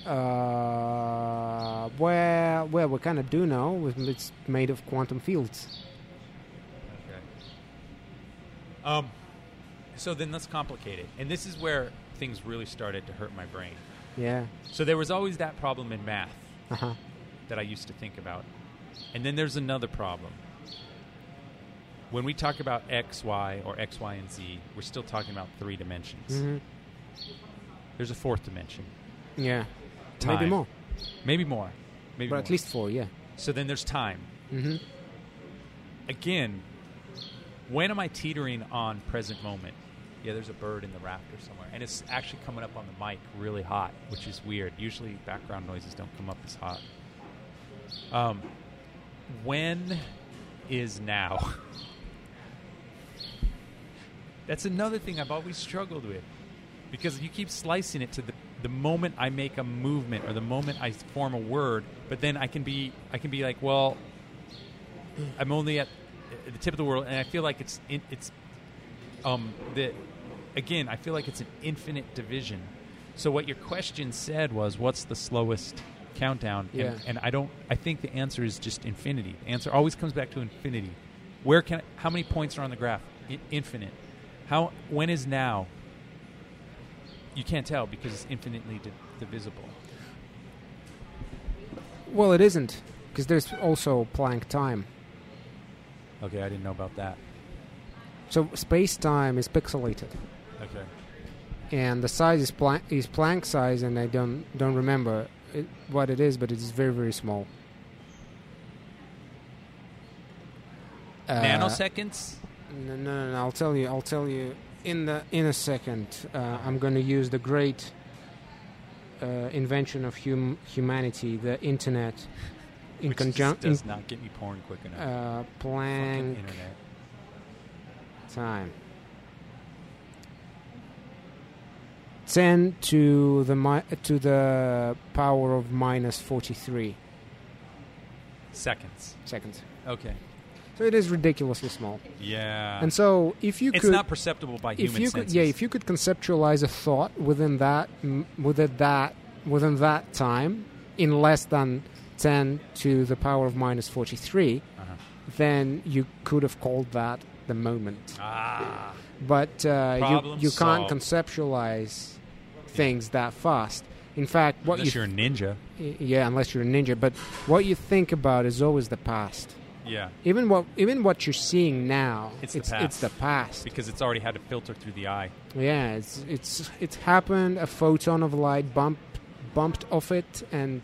Uh, well, well, we kind of do know. It's made of quantum fields.
Okay. Um, so then let's complicate it. And this is where things really started to hurt my brain.
Yeah.
So there was always that problem in math
Uh huh.
that I used to think about. And then there's another problem. When we talk about x, y, or x, y, and z, we're still talking about three dimensions.
hmm
There's a fourth dimension.
Yeah. Maybe
Time.
more,
Maybe more. Maybe
but
more.
at least four. Yeah.
So then there's time.
Mm-hmm.
Again, when am I teetering on present moment? Yeah, there's a bird in the rafter somewhere. And it's actually coming up on the mic really hot, which is weird. Usually background noises don't come up as hot. Um, when is now? [laughs] That's another thing I've always struggled with because you keep slicing it to the, the moment I make a movement or the moment I form a word, but then I can be I can be like, well, I'm only at the tip of the world, and I feel like it's in, it's um the again I feel like it's an infinite division. So what your question said was, what's the slowest countdown?
Yeah.
And, and I don't. I think the answer is just infinity. The answer always comes back to infinity. Where can? How many points are on the graph? I- infinite. How? When is now? You can't tell because it's infinitely di- divisible.
Well, it isn't, because there's also Planck time.
Okay, I didn't know about that.
So space time is pixelated,
Okay.
and the size is Planck is Planck size, and I don't don't remember it, what it is, but it is very very small. Uh,
Nanoseconds.
No, no, no, no. I'll tell you. I'll tell you in the in a second. Uh, I'm going to use the great uh, invention of hum- humanity, the internet, in
which just
conjunction
does not get me porn quick enough.
uh,
Fucking
Planck
internet.
time. Ten to the mi- to the power of minus forty three
Seconds.
seconds.
Okay.
So it is ridiculously small.
Yeah.
And so if you
Ah. it's
could
not perceptible by
if
human
you
senses.
could, yeah, if you could conceptualize a thought within that m- within that within that time in less than ten to the power of minus forty three,
Uh-huh.
then you could have called that the moment.
Ah.
But uh, you
Problem
you can't
solved.
conceptualize things that fast. In fact, what
Unless
you
you're a ninja.
y- yeah, unless you're a ninja, but what you think about is always the past.
Yeah.
Even what even what you're seeing now,
It's the
it's, it's
past.
the past.
Because it's already had to filter through the eye.
Yeah, it's it's it's happened. A photon of light bumped bumped off it and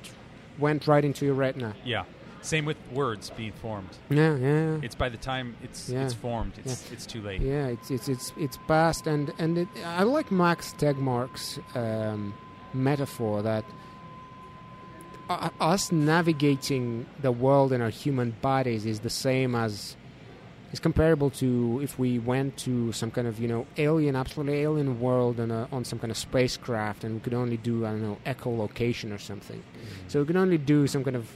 went right into your retina.
Yeah. Same with words being formed.
Yeah, yeah,
It's by the time it's
Yeah.
it's formed, it's it's too late.
yeah. It's it's it's it's past and and it, I like Max Tegmark's um, metaphor that uh, us navigating the world in our human bodies is the same as is comparable to if we went to some kind of you know alien, absolutely alien world on a, on some kind of spacecraft, and we could only do I don't know echolocation or something. So
Mm.
we could only do some kind of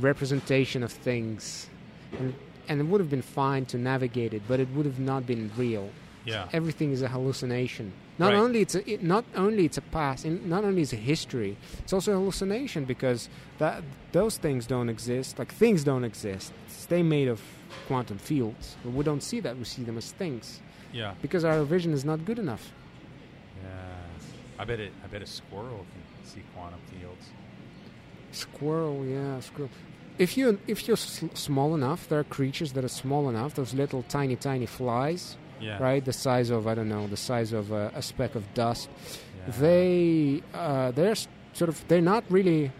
representation of things, and and it would have been fine to navigate it, but it would have not been real.
Yeah.
Everything is a hallucination. Not
Right.
only it's a, it, not only it's a past, and not only it's a history. It's also a hallucination because that those things don't exist. Like things don't exist. They made of quantum fields, but we don't see that. We see them as things
Yeah.
because our vision is not good enough.
Yeah. I bet it. I bet a squirrel can see quantum fields.
Squirrel, yeah, squirrel. If you if you're s- small enough, there are creatures that are small enough. Those little tiny tiny flies,
Yeah.
right? The size of I don't know, the size of a, a speck of dust.
Yeah.
they uh, they're s- sort of they're not really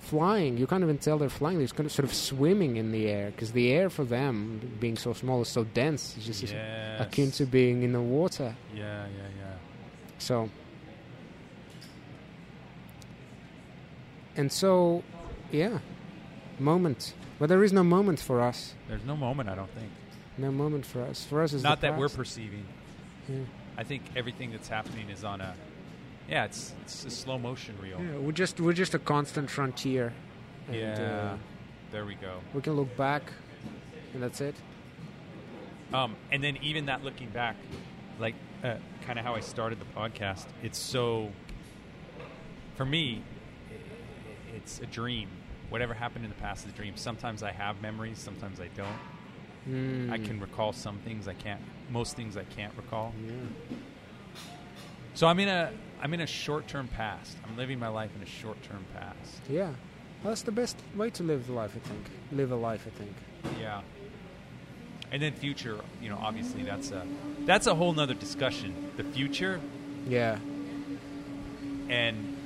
flying. You can't even tell they're flying. They're just kind of sort of swimming in the air because the air for them, being so small, is so dense. It's just it's
Yes.
akin to being in the water.
Yeah. Yeah. Yeah.
So and so, yeah, moment. But there is no moment for us.
There's no moment. I don't think.
No moment for us. For us is
Not
the
that we're
past.
perceiving.
Yeah.
I think everything that's happening is on a. Yeah. It's it's a slow motion reel.
yeah, we're just we're just a constant frontier. And,
Yeah.
uh,
there we go.
we can look back, and that's it.
Um, and then even that looking back, like uh, kind of how I started the podcast, it's so. For me, i- i- it's a dream. Whatever happened in the past is a dream. Sometimes I have memories, sometimes I don't. I can recall some things I can't. Most things I can't recall.
Yeah.
So I'm in a I'm in a short term past. I'm living my life in a short term past.
Yeah. Well, that's the best way to live the life, I think. Live a life, I think.
Yeah. And then future, you know, obviously that's a that's a whole nother discussion. The future
Yeah.
and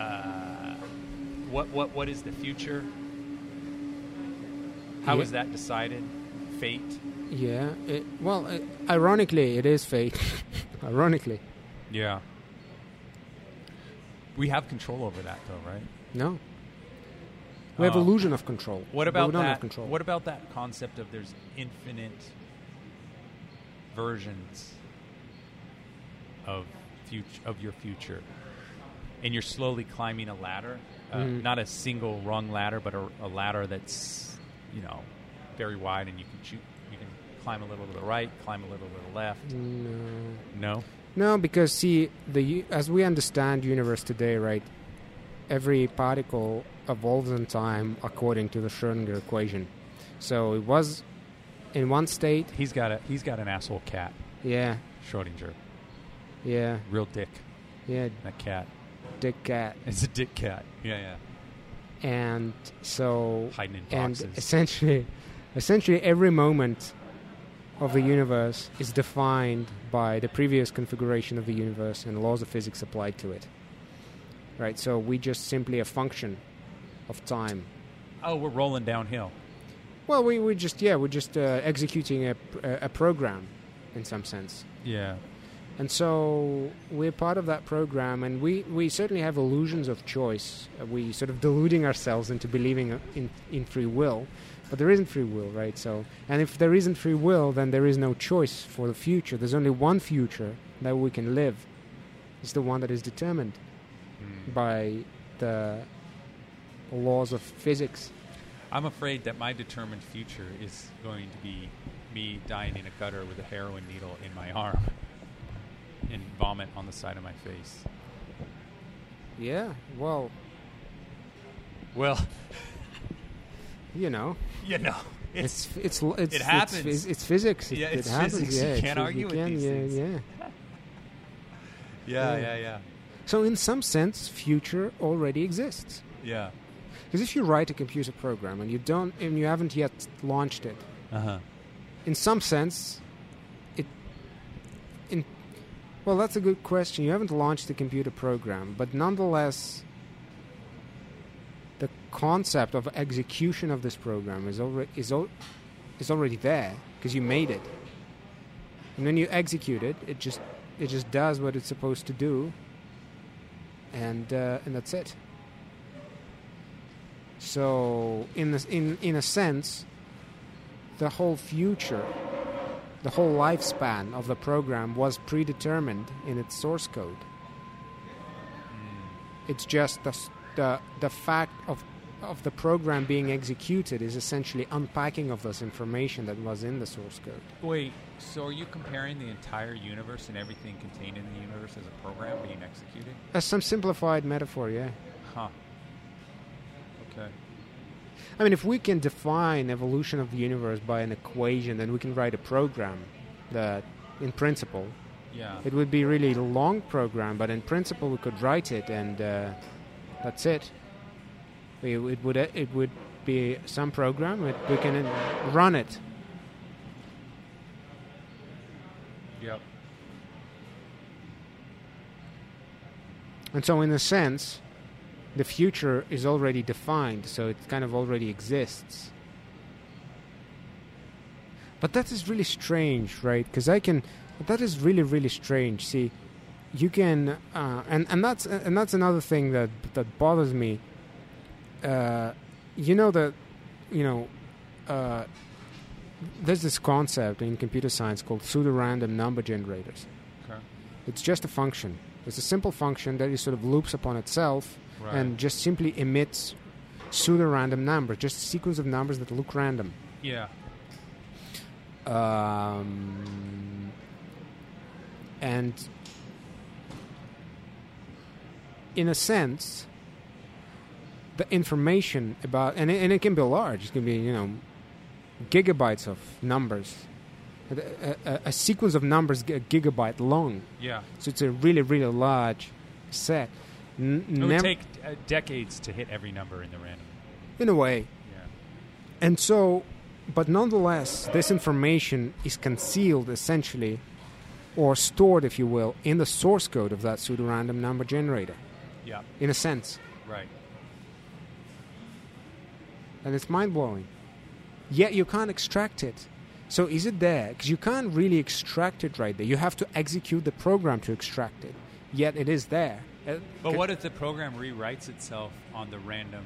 uh, what what what is the future? How is
Yeah.
that decided? Fate.
Yeah. It, well, it, ironically, it is fate. [laughs] ironically.
Yeah. We have control over that, though, right?
No. We have
Oh.
illusion of control.
What
but
about
we don't
that?
have control.
What about that concept of there's infinite versions of future of your future, and you're slowly climbing a ladder, uh,
Mhm.
not a single rung ladder, but a, a ladder that's you know very wide, and you can shoot, you can climb a little to the right, climb a little to the left.
Mm, No.
No,
No, because see, the u- as we understand universe today, right? Every particle evolves in time according to the Schrodinger equation. So it was in one state.
he's got a he's got an asshole cat,
Yeah.
Schrodinger,
Yeah.
real dick.
Yeah.
That cat,
Dick cat.
it's a dick cat. Yeah,
And so
yeah, hiding in boxes.
and essentially essentially every moment of the universe is defined by the previous configuration of the universe and laws of physics applied to it right so we just simply a function of time
oh, we're rolling downhill.
well we, we just yeah we're just uh, executing a, pr- a a program in some sense
Yeah.
and so we're part of that program and we, we certainly have illusions of choice Uh, we sort of deluding ourselves into believing uh, in, in free will but there isn't free will right so and if there isn't free will then there is no choice for the future there's only one future that we can live it's the one that is determined
Hmm.
by the laws of physics
I'm afraid that my determined future is going to be me dying in a gutter with a heroin needle in my arm [laughs] and vomit on the side of my face.
yeah well
Well, [laughs]
you know
you know, it's
it's it's it's, it's
happens.
it's, it's physics
Yeah,
it
it's
happens.
physics. You
yeah, it's
can't
phys-
argue with
can,
these
yeah,
things.
yeah
yeah,
yeah.
yeah, yeah,
So, in some sense, future already exists.
yeah.
Because if you write a computer program and you don't, and you haven't yet launched it,
Uh huh.
in some sense, it, in, well, that's a good question. You haven't launched the computer program, but nonetheless, the concept of execution of this program is already is, al- is already there because you made it, and when you execute it, it just it just does what it's supposed to do, and uh, and that's it. So in this, in in a sense, the whole future, the whole lifespan of the program was predetermined in its source code. It's just the s- the the fact of of the program being executed is essentially unpacking of this information that was in the source code.
Wait, so are you comparing the entire universe and everything contained in the universe as a program being executed?
As some simplified metaphor, yeah.
Huh. Okay.
I mean, if we can define evolution of the universe by an equation, then we can write a program that, in principle,
Yeah.
it would be really a long program, but in principle, we could write it, and uh, that's it. It, it would it would be some program. It, we can uh, run it.
Yep.
And so, in a sense, the future is already defined, so it kind of already exists. But that is really strange, right? Because I can. That is really, really strange. See, you can, uh, and and that's and that's another thing that that bothers me. Uh, you know that, you know, uh, there's this concept in computer science called pseudo-random number generators.
Okay.
It's just a function. It's a simple function that is sort of loops upon itself
Right.
and just simply emits pseudo-random numbers, just a sequence of numbers that look random.
yeah.
Um, and in a sense, the information about and it, and it can be large. It can be you know gigabytes of numbers, a, a- a- a sequence of numbers a gigabyte long.
Yeah.
So it's a really, really large set. N-
It would
nev-
take uh, decades to hit every number in the random.
in a way.
Yeah.
And so, but nonetheless, this information is concealed essentially, or stored, if you will, in the source code of that pseudorandom number generator,
Yeah.
in a sense.
Right.
And it's mind blowing. Yet you can't extract it. So is it there? Because you can't really extract it right there. You have to execute the program to extract it. Yet it is there. Uh,
But
c-
what if the program rewrites itself on the random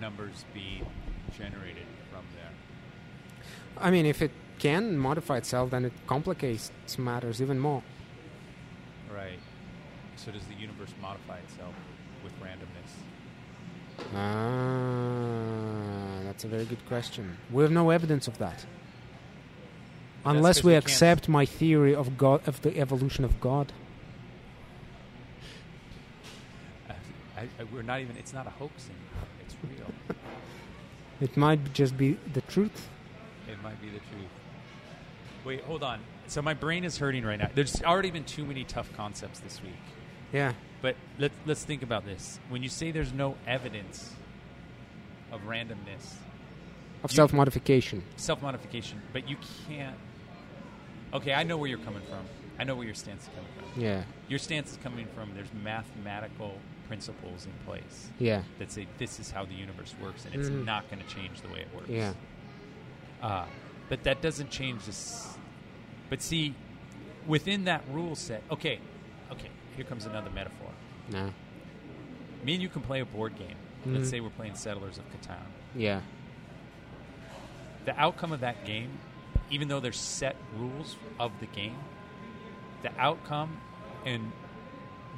numbers being generated from there?
I mean, if it can modify itself, then it complicates matters even more.
Right. So does the universe modify itself with randomness?
Ah, that's a very good question. We have no evidence of that.
That's
Unless
'cause
we
we can't-
accept my theory of God of the evolution of God.
I, I, we're not even. It's not a hoax anymore. It's real.
It might just be the truth.
It might be the truth. Wait, hold on. So my brain is hurting right now. There's already been too many tough concepts this week.
Yeah.
But let's let's think about this. When you say there's no evidence of randomness,
Of
You-
self modification.
self modification, but you can't. Okay, I know where you're coming from. I know where your stance is coming from.
Yeah.
Your stance is coming from there's mathematical principles in place
Yeah.
that say this is how the universe works, and it's
Mhm.
not going to change the way it works.
Yeah.
Uh, but that doesn't change this. But see, within that rule set, okay, okay, here comes another metaphor.
No.
Me and you can play a board game.
Mhm.
Let's say we're playing Settlers of Catan.
Yeah.
The outcome of that game, even though there's set rules of the game, the outcome and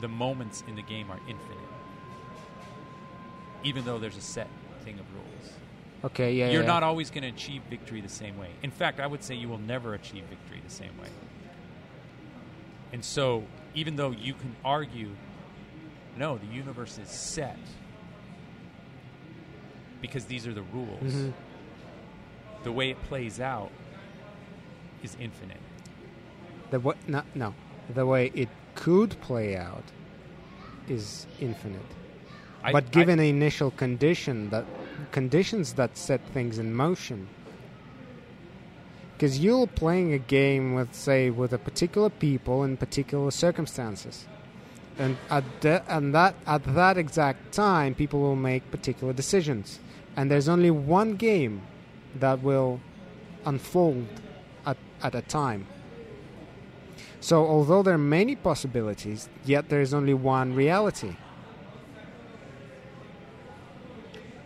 the moments in the game are infinite. Even though there's a set thing of rules.
Okay, yeah.
You're
yeah.
not always going to achieve victory the same way. In fact, I would say you will never achieve victory the same way. And so, even though you can argue, no, the universe is set because these are the rules,
Mhm. Mm-hmm.
the way it plays out is infinite.
the wa- no, no. The way it could play out is infinite.
I-
but
I-
given an initial condition that conditions that set things in motion because you're playing a game with say with a particular people in particular circumstances and at, the, and that at that exact time people will make particular decisions and there's only one game that will unfold at, at a time so although there are many possibilities yet there is only one reality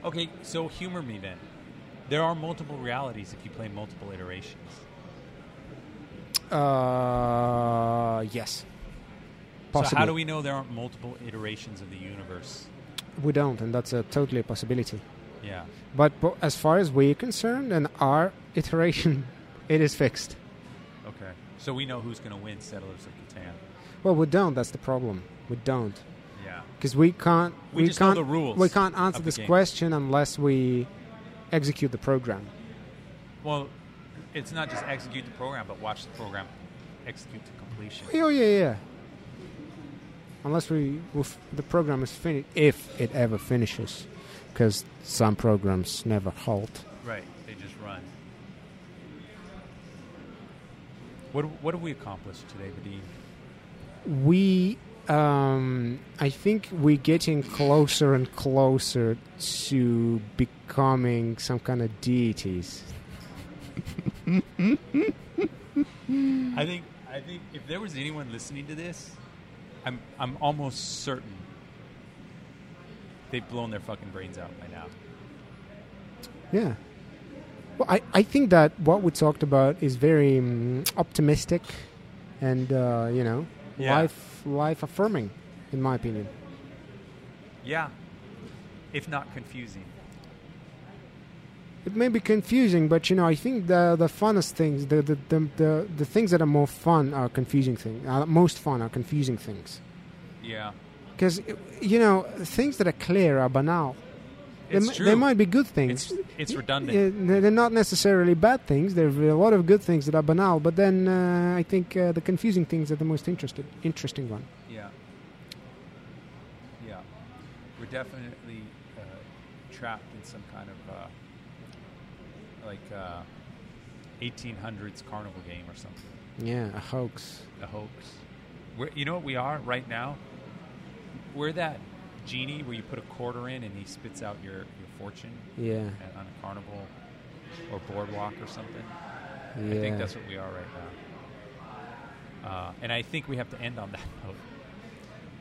Okay, so humor me then. There are multiple realities if you play multiple iterations.
Uh, yes. Possibly.
So how do we know there aren't multiple iterations of the universe?
We don't, and that's a totally a possibility.
Yeah.
But, but as far as we're concerned, and our iteration, [laughs] it is fixed.
Okay. So we know who's going to win Settlers of Catan.
Well, we don't. That's the problem. We don't
Yeah.
because we can't.
We
We,
just know
can't.
the rules
We can't answer
of the
this
game.
question unless we execute the program.
Well, it's not just execute the program, but watch the program execute to completion.
Oh yeah, yeah. Unless we, if the program is finished, if it ever finishes, because some programs never halt.
Right. They just run. What, what have we accomplished today, Vadim?
We, um, I think, we're getting closer and closer to becoming some kind of deities. Mm-hmm.
I think I think if there was anyone listening to this, I'm I'm almost certain they've blown their fucking brains out by now.
Yeah. Well, I, I think that what we talked about is very mm, optimistic, and uh, you know,
Yeah.
life life affirming, in my opinion.
Yeah. If not confusing.
It may be confusing, but you know, I think the the funnest things, the the the, the, the things that are more fun are confusing things. Uh, most fun are confusing things,
Yeah.
because you know, things that are clear are banal. They
It's
mi-
true.
They might be good things.
it's it's redundant.
Yeah, they're they're not necessarily bad things. There are a lot of good things that are banal, but then uh, I think uh, the confusing things are the most interested, interesting one.
Yeah. Yeah. We're definitely uh, trapped in some kind of uh, like uh, 1800s carnival game or something.
Yeah, a hoax.
A hoax. We're, you know what we are right now? We're that genie where you put a quarter in and he spits out your, your fortune
Yeah,
at, on a carnival or boardwalk or something.
yeah.
I think that's what we are right now. Uh, and I think we have to end on that [laughs] note.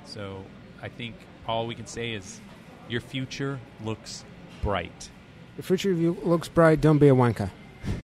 So I think all we can say is your future looks bright.
the future of you looks bright. Don't be a wanker.